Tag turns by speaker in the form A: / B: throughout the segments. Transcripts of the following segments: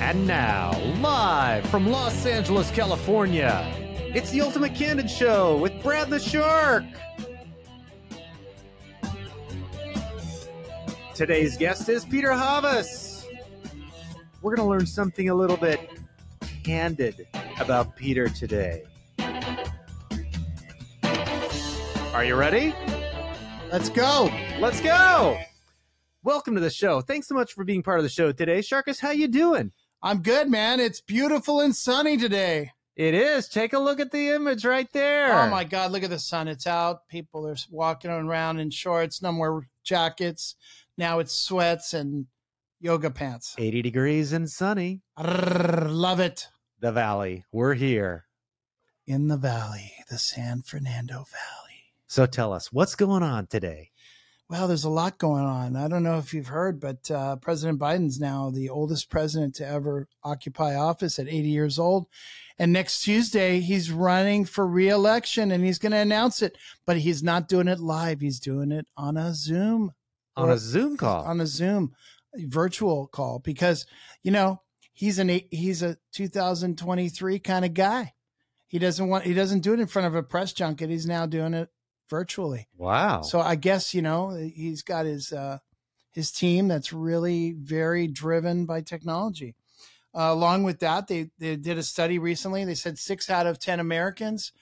A: And now, live from Los Angeles, California, it's the Ultimate Candid Show with Brad the Shark. Today's guest is Peter Havas. We're going to learn something a little bit candid about Peter today. Are you ready?
B: Let's go.
A: Let's go. Welcome to the show. Thanks so much for being part of the show today. Sharkus, how you doing?
B: I'm good, man. It's beautiful and sunny today.
A: It is. Take a look at the image right there.
B: Oh my God, look at the sun. It's out. People are walking around in shorts, no more jackets. Now it's sweats and yoga pants.
A: 80 degrees and sunny.
B: Arrrr, love it.
A: The valley. We're here.
B: In the valley, the San Fernando Valley.
A: So tell us, what's going on today?
B: Well, there's a lot going on. I don't know if you've heard, but uh, President Biden's now the oldest president to ever occupy office at 80 years old. And next Tuesday, he's running for reelection and he's going to announce it, but he's not doing it live. He's doing it on a Zoom,
A: On a Zoom call.
B: on a Zoom virtual call because, you know, he's an eight- he's a 2023 kind of guy. He doesn't want he doesn't do it in front of a press junket. He's now doing it virtually.
A: wow.
B: So I guess you know he's got his uh, his team that's really very driven by technology. Uh, along with that, they they did a study recently. They said six out of ten Americans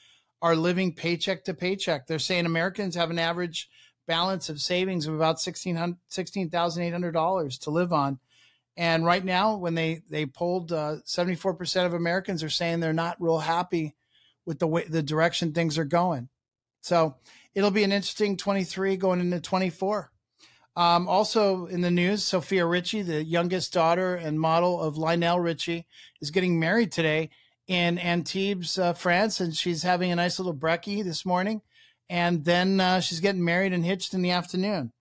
B: are living paycheck to paycheck. They're saying Americans have an average balance of savings of about $16,800 $16,800 to live on. And right now, when they they polled, seventy four percent of Americans are saying they're not real happy with the way the direction things are going. So it'll be an interesting 23 going into 24. Um, also in the news, Sophia Ritchie, the youngest daughter and model of Lionel Ritchie, is getting married today in Antibes, uh, France, and she's having a nice little brekkie this morning. And then uh, she's getting married and hitched in the afternoon.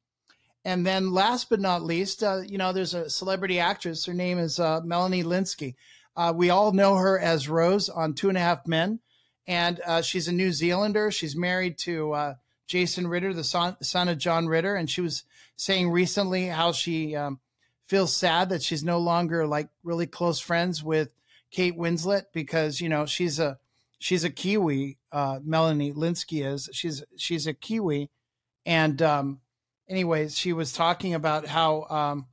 B: And then, last but not least, uh, you know, there's a celebrity actress. Her name is uh, Melanie Linsky. Uh, we all know her as Rose on Two and a Half Men, and uh, she's a New Zealander. She's married to uh, Jason Ritter, the son, son of John Ritter, and she was saying recently how she um, feels sad that she's no longer like really close friends with Kate Winslet because you know she's a she's a Kiwi. Uh, Melanie Linsky is she's she's a Kiwi, and um, anyways, she was talking about how. Um,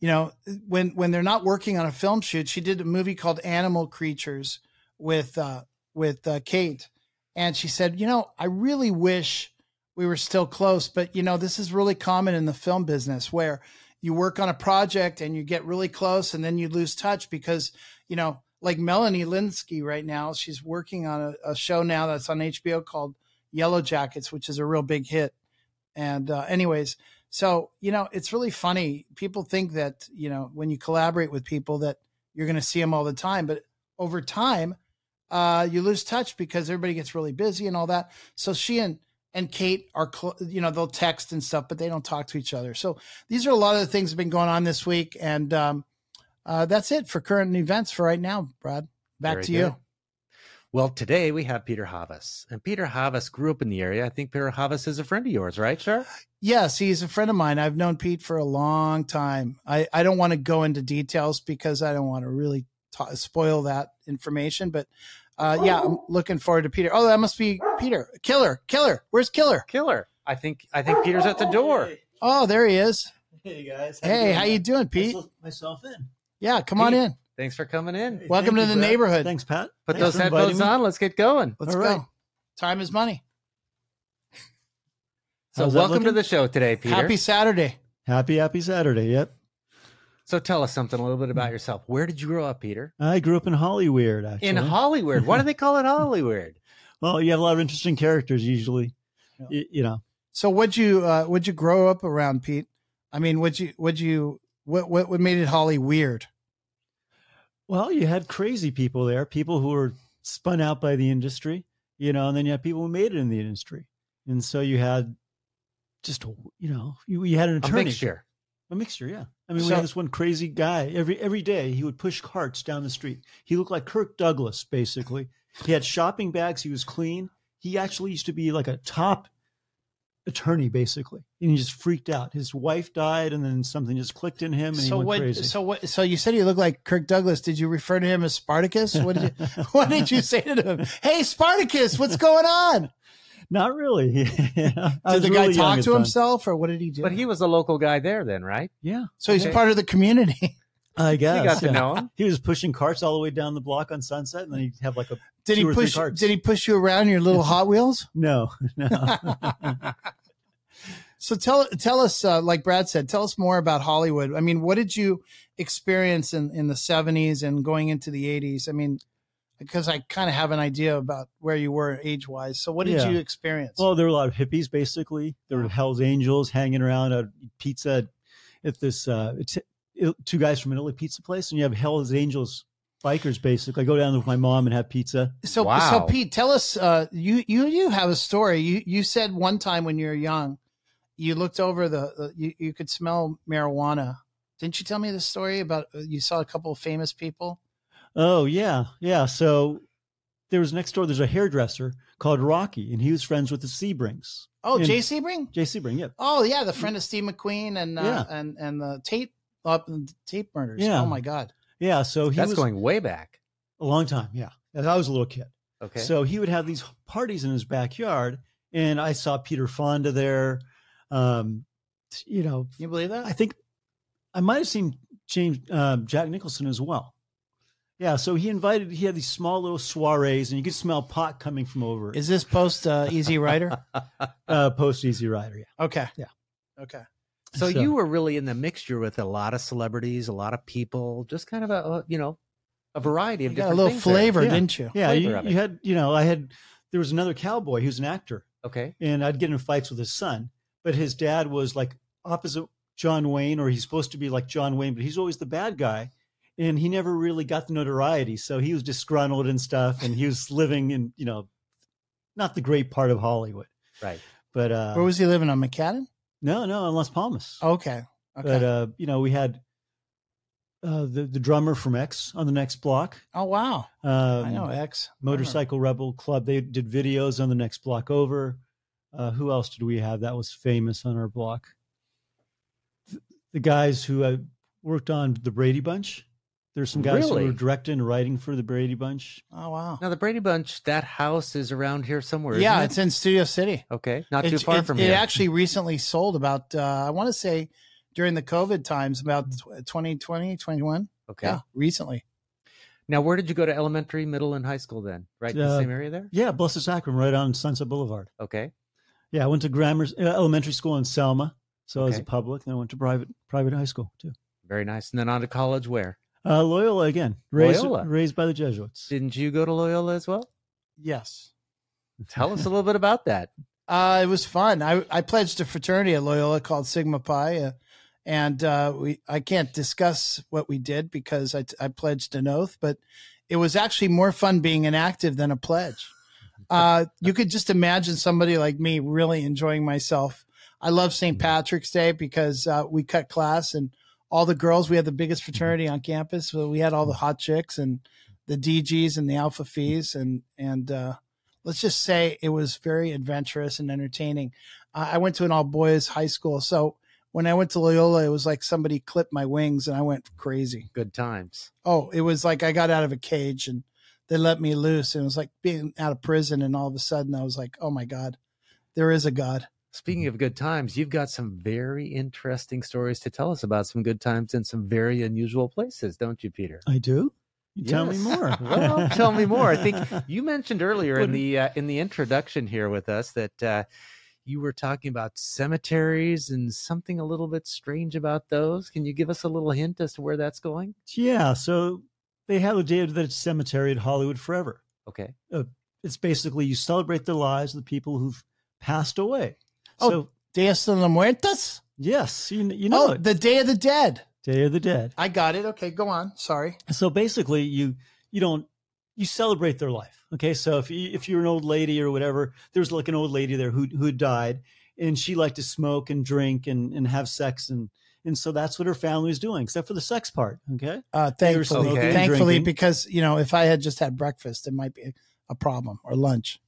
B: you know, when when they're not working on a film shoot, she did a movie called Animal Creatures with uh, with uh, Kate, and she said, "You know, I really wish we were still close, but you know, this is really common in the film business where you work on a project and you get really close and then you lose touch because, you know, like Melanie Linsky right now, she's working on a, a show now that's on HBO called Yellow Jackets, which is a real big hit. And uh, anyways, so you know, it's really funny. People think that you know when you collaborate with people that you're going to see them all the time, but over time uh, you lose touch because everybody gets really busy and all that. So she and and Kate are, cl- you know, they'll text and stuff, but they don't talk to each other. So these are a lot of the things that have been going on this week, and um, uh, that's it for current events for right now. Brad, back
A: Very
B: to
A: good.
B: you.
A: Well, today we have Peter Havas. And Peter Havas grew up in the area. I think Peter Havas is a friend of yours, right, Shark?
B: Yes, he's a friend of mine. I've known Pete for a long time. I, I don't want to go into details because I don't want to really ta- spoil that information. But uh, yeah, I'm looking forward to Peter. Oh, that must be Peter. Killer, killer. Where's Killer?
A: Killer. I think I think Peter's at the door.
B: Oh, there he is.
C: Hey guys.
B: Hey,
C: doing?
B: how you doing,
C: I
B: Pete?
C: slid myself in.
B: Yeah, come on
A: Pete.
B: in.
A: Thanks for coming in.
C: Hey,
B: Welcome
C: thank
B: to
C: you,
B: the
C: Brad.
B: neighborhood.
C: Thanks, Pat.
A: Put
C: Thanks
A: those
C: for inviting
A: headphones
C: me.
A: on. Let's get going.
B: Let's
C: All
B: go.
C: right.
B: Time is money.
A: So
C: How's that
A: welcome to
C: looking?
A: the show today, Peter.
B: Happy Saturday.
C: Happy, happy Saturday. Yep.
A: So tell us something a little bit about yourself. Where did you grow up, Peter?
C: I grew up in Hollyweird, actually.
A: In Hollywood. Why do they call it Hollywood?
C: well, you have a lot of interesting characters usually.
B: Yeah.
C: Y- you know,
B: So, would you uh, would you grow up around Pete? I mean, would you would you what what what made it Holly weird?
C: well, you had crazy people there, people who were spun out by the industry, you know, and then you had people who made it in the industry. And so you had just, you know, you, you had an
A: A
C: attorney.
A: mixture.
C: A mixture, yeah. I mean, we
B: So-
C: had this one crazy guy. Every every day, he would push carts down the street. He looked like Kirk Douglas, basically. He had shopping bags. He was clean. He actually used to be like a top attorney basically, and he just freaked out. His wife died, and then something just clicked in him, and he
B: So
C: went
B: what?
C: crazy.
B: So what? So you said he looked like Kirk Douglas. Did you refer to him as Spartacus? What did you? what did you say to him? Hey, Spartacus, what's going on? Did
C: Not really. did
B: the guy talk to himself, or what did he do?
A: But he was a local guy there then, right?
C: Yeah,
B: so he's
A: okay.
B: part of the community.
C: I guess.
A: You got to
C: yeah.
A: know him.
C: He was pushing carts all the way down the block on Sunset, and then he'd have like a
B: Did he
C: Two or three
B: push?
C: carts.
B: Did he push you around in your little Hot Wheels?
C: no, no.
B: So tell tell us, uh, like Brad said, tell us more about Hollywood. I mean, what did you experience in in the seventies and going into the eighties? I mean, because I kind of have an idea about where you were age wise. So what did
C: Yeah.
B: you experience?
C: Well, there were a lot of hippies, basically. There
A: Oh.
C: were Hell's Angels hanging around at pizza at this uh, it's, it, two guys from an Italy pizza place, and you have Hell's Angels bikers, basically. I go down with my mom and have pizza.
B: So, so
A: Wow.
B: Pete, tell us. Uh, you you you have a story. You you said one time when you were young, you looked over the, the you you could smell marijuana. Didn't you tell me the story about uh, you saw a couple of famous people?
C: Oh yeah, yeah. So there was next door. There's a hairdresser called Rocky, and he was friends with the Sebrings.
B: Oh,
C: In-
B: Jay Sebring.
C: Jay Sebring, yeah,
B: Oh yeah, the friend of Steve McQueen and uh,
C: Yeah.
B: and and the Tate up and Tate murders.
C: Yeah.
B: Oh my God.
C: yeah. So he
A: That's
C: was
A: going way back.
C: a long time. Yeah, as I was a little kid.
A: Okay.
C: So he would have these parties in his backyard, and I saw Peter Fonda there. Um, you know,
B: Can you believe that?
C: I think I might have seen James um, Jack Nicholson as well. Yeah, so he invited. He had these small little soirees, and you could smell pot coming from over.
B: Is this post uh, Easy Rider?
C: uh, post Easy Rider? Yeah.
B: Okay.
C: Yeah.
B: Okay.
A: So,
C: So-
A: you were really in the mixture with a lot of celebrities, a lot of people, just kind of a uh, you know a variety of
B: You got a
A: different
B: little
A: things there.
B: flavor,
C: Yeah.
B: didn't you?
C: Yeah,
A: flavor
C: you,
A: of
C: you
A: it.
C: had, you know, I had, there was another cowboy who's an actor,
A: Okay,
C: and I'd get in fights with his son, but his dad was like opposite John Wayne, or he's supposed to be like John Wayne, but he's always the bad guy. And he never really got the notoriety. So he was disgruntled and stuff, and he was living in, you know, not the great part of Hollywood.
A: right.
C: But uh,
B: Where was he living on McAdam?
C: no, no, in Las Palmas.
B: Okay. Okay.
C: But, uh, you know, we had uh, the, the drummer from X on the next block.
B: oh wow.
C: Um,
B: I know X
C: Motorcycle Rebel Club. They did videos on the next block over. Uh, who else did we have that was famous on our block? Th- The guys who uh, worked on the Brady Bunch. There's some guys who
A: Really?
C: were directing and writing for the Brady Bunch.
B: Oh wow.
A: Now the Brady Bunch, that house is around here somewhere.
B: yeah,
A: isn't it?
B: it's in Studio City.
A: okay, not
B: It-
A: too far
B: it,
A: from
B: it
A: here.
B: actually recently sold about uh, I want to say during the COVID times about tw- 2020, 21.
A: okay.
B: Yeah, recently.
A: Now, where did you go to elementary, middle, and high school then? Right in
C: Uh,
A: the same area there.
C: Yeah, Blessed Sacrament, right on Sunset Boulevard.
A: Okay.
C: Yeah, I went to grammar uh, elementary school in Selma, so I was a
A: Okay.
C: public. Then I went to private private high school too.
A: Very nice. And then on to college where?
C: Uh, Loyola again, raised
A: Loyola.
C: raised by the Jesuits.
A: Didn't you go to Loyola as well?
B: Yes.
A: Tell us a little bit about that.
B: Uh, it was fun. I, I pledged a fraternity at Loyola called Sigma Pi, uh, and uh, we I can't discuss what we did because I, I pledged an oath, but it was actually more fun being inactive than a pledge. Uh, you could just imagine somebody like me really enjoying myself. I love St. Patrick's Day because uh, we cut class and all the girls. We had the biggest fraternity on campus, so we had all the hot chicks and the DGs and the Alpha Fees, and and uh, let's just say it was very adventurous and entertaining. Uh, I I went to an all boys high school, so when I went to Loyola, it was like somebody clipped my wings and I went crazy.
A: Good times.
B: Oh, it was like I got out of a cage and they let me loose, and it was like being out of prison. And all of a sudden, I was like, oh my god, there is a god.
A: Speaking of good times, you've got some very interesting stories to tell us about some good times and some very unusual places, don't you, Peter?
C: I do. You tell me
A: Yes.
C: more.
A: Well, tell me more. I think you mentioned earlier in the uh, in the introduction here with us that uh, you were talking about cemeteries and something a little bit strange about those. Can you give us a little hint as to where that's going?
C: Yeah, so they have a day of the cemetery at Hollywood Forever.
A: Okay.
C: It's basically you celebrate the lives of the people who've passed away.
B: Oh.
C: so
B: Dias de los Muertos.
C: yes, you, you know
B: oh,
C: it.
B: the Day of the Dead.
C: Day of the Dead.
B: I got it. Okay, go on. Sorry.
C: So basically, you you don't you celebrate their life. Okay, so if you, if you're an old lady or whatever, there's like an old lady there who who died, and she liked to smoke and drink and and have sex and and so that's what her family was doing, except for the sex part. Okay,
B: Uh,
C: They were
B: thankfully,
A: smoking and
B: thankfully,
C: drinking.
B: because you know, if I had just had breakfast, it might be a problem or lunch.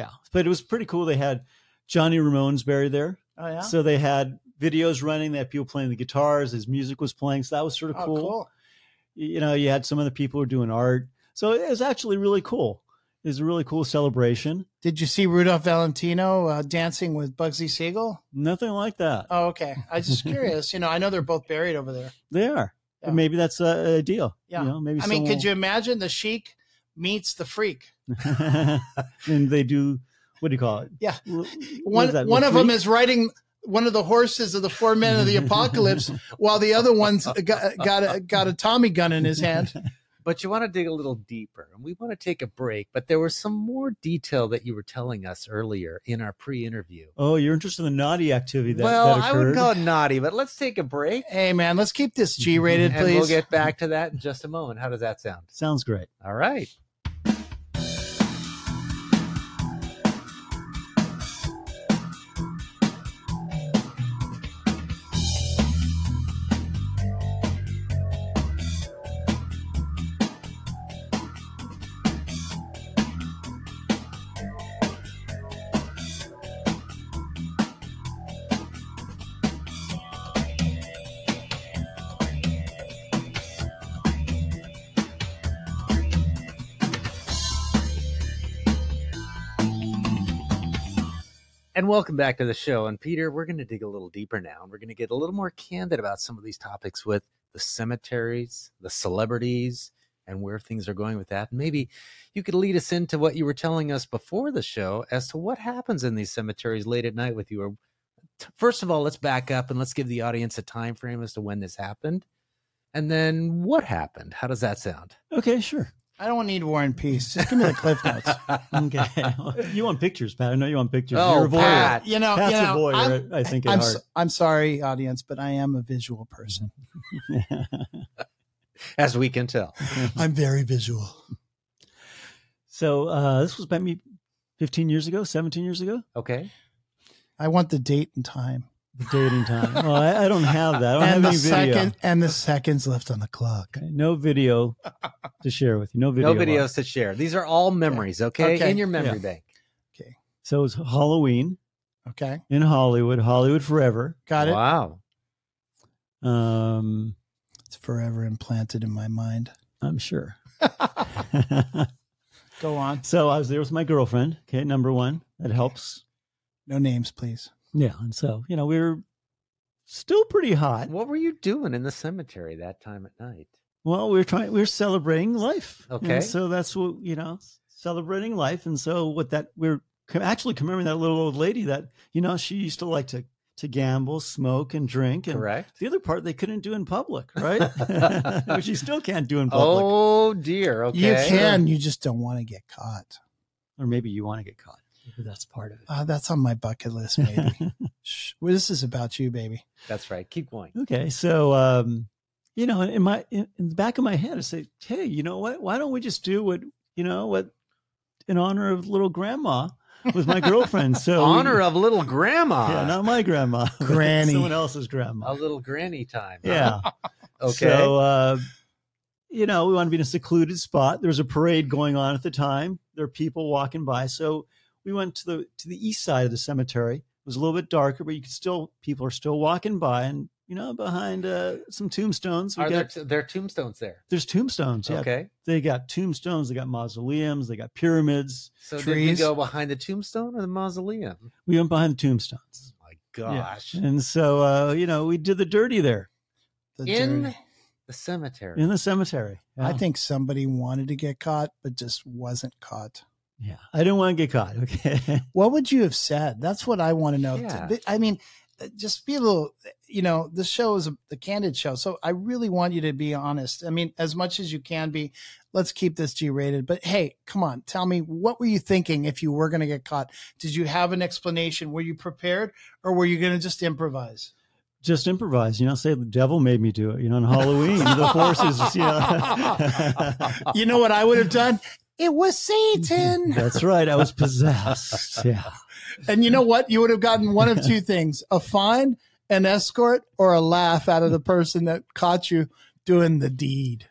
C: Yeah. But it was pretty cool. They had Johnny Ramone's buried there.
B: Oh yeah.
C: So they had videos running. They had people playing the guitars. His music was playing. So that was sort of
B: oh,
C: cool.
B: cool.
C: You know, you had some of the people who were doing art. So it was actually really cool. It was a really cool celebration.
B: Did you see Rudolph Valentino uh, dancing with Bugsy Siegel?
C: Nothing like that.
B: Oh, okay. I was just curious. You know, I know they're both buried over there.
C: They are.
B: Yeah.
C: Maybe that's a, a deal.
B: Yeah.
C: You know, maybe
B: I mean,
C: someone
B: could you imagine the Sheik meets the freak?
C: will- and they do. What do you call it?
B: Yeah.
C: Wh- what is
B: One
C: that,
B: one of them
C: retreat?
B: is riding one of the horses of the four men of the apocalypse, while the other one's got got a, got a Tommy gun in his hand.
A: But you want to dig a little deeper, and we want to take a break. But there was some more detail that you were telling us earlier in our pre-interview.
C: Oh, you're interested in the naughty activity that,
A: well,
C: that
A: I
C: occurred.
A: would call it naughty, but let's take a break,
B: Hey man, let's keep this G rated,
A: and
B: please.
A: we'll get back to that in just a moment. How does that sound?
C: Sounds great.
A: All right. And welcome back to the show. And Peter, we're going to dig a little deeper now, and we're going to get a little more candid about some of these topics with the cemeteries, the celebrities, and where things are going with that. Maybe you could lead us into what you were telling us before the show as to what happens in these cemeteries late at night with you. Or first of all, let's back up and let's give the audience a time frame as to when this happened, and then what happened. How does that sound?
C: Okay, sure.
B: I don't need War and Peace. Just give me the cliff notes.
C: Okay. you want pictures, Pat? I know you want pictures.
A: Oh,
C: you're a voyeur.
A: Pat.
B: You know,
C: Pat's
B: you know,
C: a voyeur.
B: I'm-
C: I think at
B: I'm,
C: heart.
B: so- I'm sorry, audience, but I am a visual person.
A: As we can tell.
B: I'm very visual.
C: So uh, this was about me 15 years ago, 17 years ago.
A: Okay.
B: I want the date and time.
C: The dating time. well, I, I don't have that. I don't
B: and
C: have
B: the
C: any video.
B: second and the seconds left on the clock.
C: Okay, no video to share with you. No video.
A: No
C: log.
A: videos to share. These are all memories, okay?
B: Okay.
A: In your memory
C: Yeah.
A: bank.
C: So it was Halloween
B: Okay.
C: in Hollywood, Hollywood forever.
B: Got it.
A: Wow.
C: Um,
B: It's forever implanted in my mind.
C: I'm sure.
B: Go on.
C: so I was there with my girlfriend. Okay, number one, that helps.
B: No names, please.
C: Yeah, and so you know we were still pretty hot.
A: What were you doing in the cemetery that time at night?
C: Well, we were trying. We were celebrating life. And
A: Okay.
C: so that's what you know, celebrating life. And so what that we're com- actually commemorating that little old lady that you know she used to like to to gamble, smoke, and drink. And
A: Correct.
C: the other part they couldn't do in public, right? Which you still can't do in public.
A: Oh dear. Okay.
B: You can. You just don't want to get caught.
C: Or maybe you want to get caught. Maybe that's part of it.
B: Uh, that's on my bucket list, maybe. Shh. Well, this is about you, baby.
A: That's right. Keep going.
C: Okay, so um, you know, in my in, in the back of my head, I say, hey, you know what? Why don't we just do what you know what in honor of little grandma with my girlfriend? So we-
A: Honor of little grandma.
C: yeah, not my grandma, but
B: Granny.
C: someone else's
A: a
C: grandma.
A: little granny time. huh?
C: Yeah.
A: Okay.
C: So uh, you know, we want to be in a secluded spot. There was a parade going on at the time. There were people walking by, so we went to the to the east side of the cemetery. It was a little bit darker, but you could still people are still walking by, and you know, behind uh, some tombstones, we
A: are
C: got
A: there, t- there are tombstones there?
C: there's tombstones. Yeah,
A: Okay.
C: they got tombstones, they got mausoleums, they got pyramids.
A: So did we
B: Trees.
A: go behind the tombstone or the mausoleum?
C: We went behind the tombstones,
A: My gosh.
C: and so uh, you know, we did the dirty there
B: The
A: In
B: dirty.
A: the cemetery.
C: in the cemetery.
B: I
C: Yeah.
B: think somebody wanted to get caught, but just wasn't caught.
C: yeah, I didn't want to get caught. Okay.
B: What would you have said? That's what I want to know.
A: Yeah.
B: Th- I mean, uh, just be a little, you know, this show is a, the candid show. So I really want you to be honest. I mean, as much as you can be, let's keep this G rated. But hey, come on, tell me, what were you thinking if you were going to get caught? Did you have an explanation? Were you prepared or were you going to just improvise?
C: just improvise, you know, say the devil made me do it, you know, on Halloween, the forces, you
A: Uh,
C: know.
B: You know what I would have done? It was Satan.
C: That's right. I was possessed. Yeah.
B: And you know what? You would have gotten one of two things a fine, an escort, or a laugh out of the person that caught you doing the deed.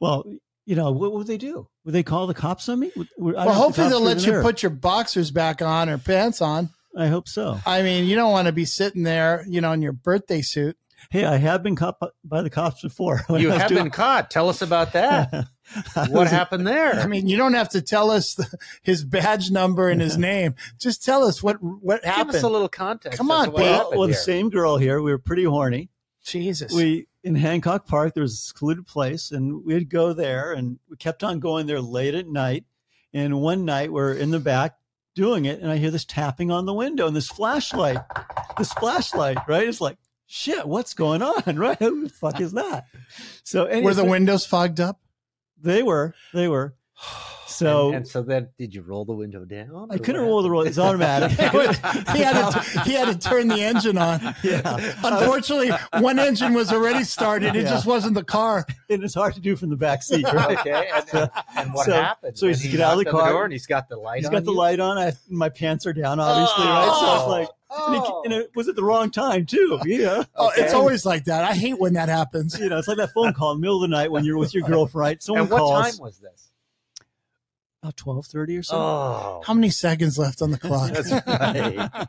C: Well, you know, what would they do? Would they call the cops on me? Would- would-
B: Well,
C: I don't know if the
B: hopefully
C: cops
B: they'll
C: were
B: let you
C: there.
B: put your boxers back on or pants on.
C: I hope so.
B: I mean, you don't want to be sitting there, you know, in your birthday suit.
C: Hey, I have been caught by- by the cops before. when
A: You
C: I was
A: have been
C: doing-
A: caught. Tell us about that.
C: I
A: what
C: was-
A: happened there?
B: I mean, you don't have to tell us the, his badge number and his name. Just tell us what what
A: Give us a
B: happened.
A: little context.
B: Come
A: as
B: on,
A: to what
B: Dave.
C: Well,
A: happened
C: well the
A: here.
C: same girl here. We were pretty horny.
B: Jesus.
C: We in Hancock Park. There was a secluded place, and we'd go there, and we kept on going there late at night. And one night, we're in the back doing it, and I hear this tapping on the window and this flashlight, this flashlight, right? It's like shit. What's going on, right? Who the fuck is that? So, anyway,
B: Were the
C: so
B: windows fogged up?
C: they were, they were. So
A: And, and so then, did you roll the window down?
C: I couldn't roll the roll. It's automatic.
B: he had to he had to turn the engine on.
C: yeah.
B: Unfortunately, one engine was already started. It
C: Yeah.
B: just wasn't the car.
C: and it's hard to do from the back seat, right?
A: okay, and, and, and what
C: So-
A: happened?
C: so he
A: When
C: just get out of
A: knocked
C: the
A: on
C: car.
A: door and he's got the light.
C: He's
A: on
C: got the
A: you?
C: light on. I, my pants are down, obviously, right? So I was like,
A: Oh.
C: and he- and it was at the wrong time too. Yeah,
B: Oh, it's
A: Okay.
B: always like that. I hate when that happens.
C: you know, it's like that phone call in the middle of the night when you're with your girlfriend. Right? Someone
A: and what
C: calls
A: time was this?
C: about twelve thirty or something.
A: Oh,
B: How many seconds left on the clock?
A: that's Oh, right.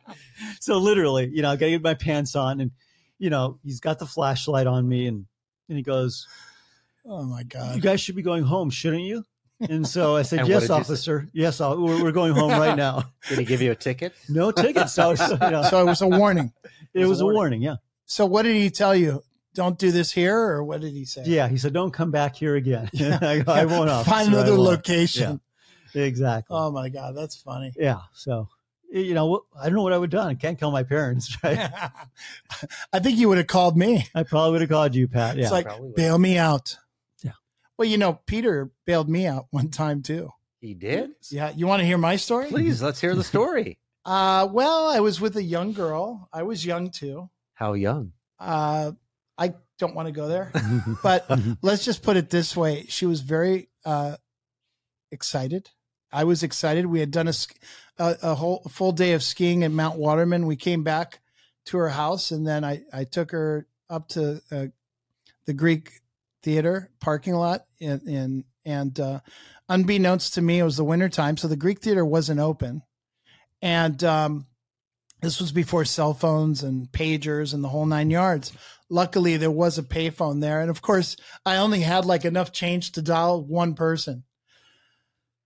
C: so literally, you know, I got to get my pants on, and you know, he's got the flashlight on me, and and he goes,
B: Oh my
C: "You
B: god.
C: guys should be going home, shouldn't you?" And so I said,
A: And what did
C: "Yes,
A: you say?"
C: officer. Yes, I'll, we're, we're going home right now.
A: Did he give you a ticket?
C: No tickets." So, so, you know,
B: So it was a warning.
C: it was a warning. Yeah,
B: So what did he tell you? Don't do this here, or what did he say?
C: yeah. He said, "Don't come back here again." I, go, I won't. officer, I
B: Find another
C: won't."
B: location.
C: Exactly.
B: Oh my god, that's funny.
C: Yeah. So, y- you know, what- I don't know what I would have done. I can't call my parents, right?
B: I think you would have called me.
C: I probably would have called you, Pat. Yeah.
B: it's like
A: probably would.
B: bail me out.
C: Yeah.
B: Well, you know, Peter bailed me out one time too.
A: He did.
B: Yeah. You want to hear my story?
A: Please let's hear the story.
B: Uh, well, I was with a young girl. I was young too.
A: How young?
B: Uh, I don't want to go there, but let's just put it this way: she was very uh, excited. I was excited. We had done a, sk- a a whole a full day of skiing at Mount Waterman. We came back to her house, and then I I took her up to uh, the Greek Theater parking lot, and and, and uh, unbeknownst to me, it was the winter time, so the Greek Theater wasn't open, and um, this was before cell phones and pagers and the whole nine yards. Luckily, there was a payphone there, and of course, I only had like enough change to dial one person.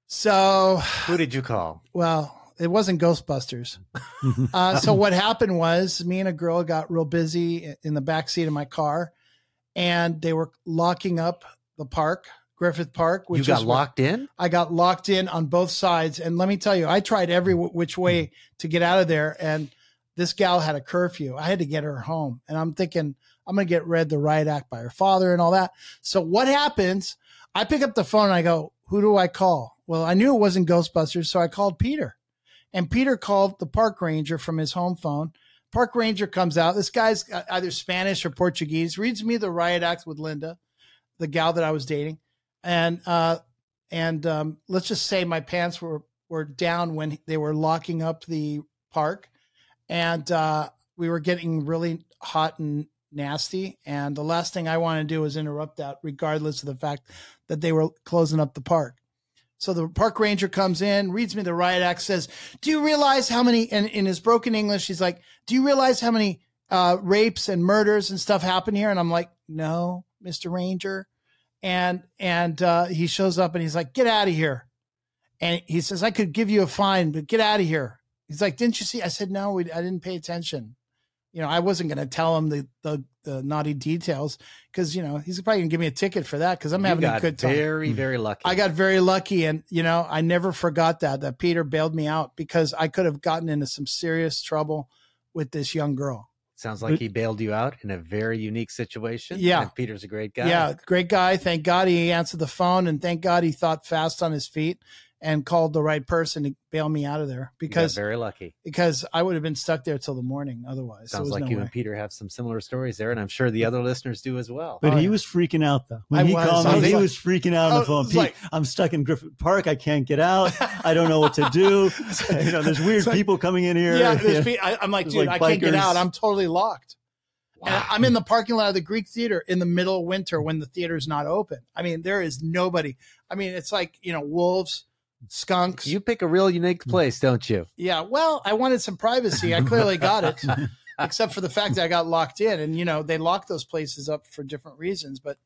B: So,
A: Who did you call?
B: well, it wasn't Ghostbusters. Uh, so what happened was, me and a girl got real busy in the back seat of my car, and they were locking up the park, Griffith Park.
A: You got
B: is where-
A: locked in.
B: I got locked in on both sides. And let me tell you, I tried every w- which way to get out of there. And this gal had a curfew. I had to get her home. And I'm thinking, I'm going to get read the riot act by her father and all that. So what happens? I pick up the phone and I go, who do I call? Well, I knew it wasn't Ghostbusters. So I called Peter. And Peter called the park ranger from his home phone. Park ranger comes out. This guy's uh, either Spanish or Portuguese, reads me the riot act with Linda, the gal that I was dating. And, uh, and um, let's just say my pants were were down when they were locking up the park, and uh, we were getting really hot and nasty. And the last thing I wanted to do was interrupt that, regardless of the fact that they were closing up the park. So the park ranger comes in, reads me the riot act, says, "Do you realize how many?" And in his broken English, he's like, "Do you realize how many uh, rapes and murders and stuff happen here?" And I'm like, "No, Mister Ranger." and and uh, he shows up and he's like, "Get out of here!" And he says, "I could give you a fine, but get out of here." He's like, "Didn't you see?" I said, "No, we, I didn't pay attention. You know, I wasn't going to tell him the, the the naughty details because you know he's probably going to give me a ticket for that because I'm
A: You
B: having a
A: got
B: good time."
A: Very very lucky.
B: I got very lucky, and you know, I never forgot that that Peter bailed me out because I could have gotten into some serious trouble with this young girl.
A: Sounds like he bailed you out in a very unique situation.
B: Yeah.
A: And Peter's a great guy.
B: Yeah, great guy. Thank God he answered the phone, and thank God he thought fast on his feet and called the right person to bail me out of there
A: You got
B: because
A: very lucky.
B: because I would have been stuck there till the morning otherwise. There
A: Sounds
B: was
A: like
B: no
A: you
B: way.
A: and Peter have some similar stories there, and I'm sure the other listeners do as well.
C: but
B: Oh,
C: he
B: yeah.
C: was freaking out though. When
B: I
C: he
B: was.
C: called
B: I
C: me,
B: was
C: he
B: like-
C: was freaking out on
B: I
C: the phone.
B: was
C: Pete,
B: like-
C: I'm stuck in Griffith Park. I can't get out. I don't know what to do. you know, there's weird
B: It's like-
C: people coming in here.
B: Yeah,
C: you know.
B: there's, pe- I, I'm like,
C: It's
B: dude,
C: like
B: I can't get
C: bikers.
B: out. I'm totally locked. And I'm in the parking lot of the Greek Theater in the middle of winter when the theater's not open. I mean, there is nobody. I mean, it's like, you know, wolves, skunks.
A: You pick a real unique
C: Mm.
A: place, don't you?
B: yeah, well, I wanted some privacy. I clearly got it, except for the fact that I got locked in. And, you know, they lock those places up for different reasons. But,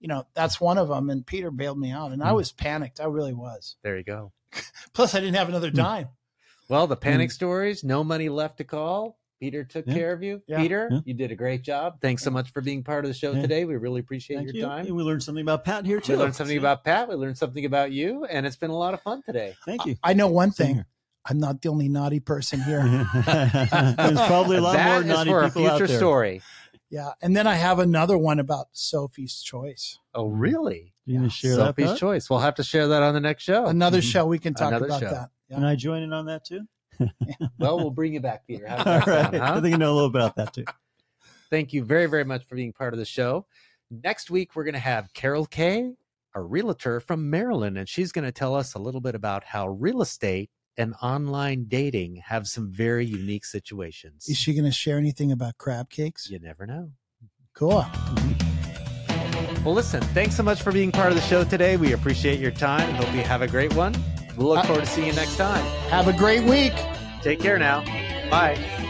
B: you know, that's one of them. And Peter bailed me out. And
C: Hmm.
B: I was panicked. I really was.
A: There you go.
B: Plus, I didn't have another
C: Hmm.
B: dime.
A: Well, the panic stories, no money left to call. Peter took
C: Yeah.
A: care of you.
B: Yeah.
A: Peter,
C: Yeah.
A: you did a great job. Thanks so much for being part of the show
C: Yeah.
A: today. We really appreciate
C: Thank
A: your
C: you.
A: time.
C: And we learned something about Pat here too.
A: We learned something about Pat. We learned something about you, and it's been a lot of fun today.
C: Thank you.
B: I know one
C: Same
B: thing
C: here. Uh-huh.
B: I'm not the only naughty person here.
C: There's probably a lot
A: That
C: more
A: is
C: naughty
A: for a
C: people out
A: future
C: there.
A: story.
B: Yeah. And then I have another one about Sophie's Choice.
A: Oh, really?
C: You gonna share that?
A: Sophie's
C: Pat?
A: choice. We'll have to share that on the next show.
B: Another
C: Mhm.
B: show we can talk
A: Oh. Another
B: about
A: show.
B: that.
C: Can I join in on that too?
A: well, we'll bring you back, Peter. How
C: All
A: does that
C: right.
A: sound, huh?
C: I think I know a little about that too.
A: Thank you very, very much for being part of the show. Next week, we're going to have Carol Kay, a realtor from Maryland, and she's going to tell us a little bit about how real estate and online dating have some very unique situations.
B: Is she going to share anything about crab cakes?
A: You never know.
B: Cool.
A: Well, listen, thanks so much for being part of the show today. We appreciate your time. Hope you have a great one. We'll look
B: I-
A: forward to seeing you next time.
B: Have a great week.
A: Take care now. Bye.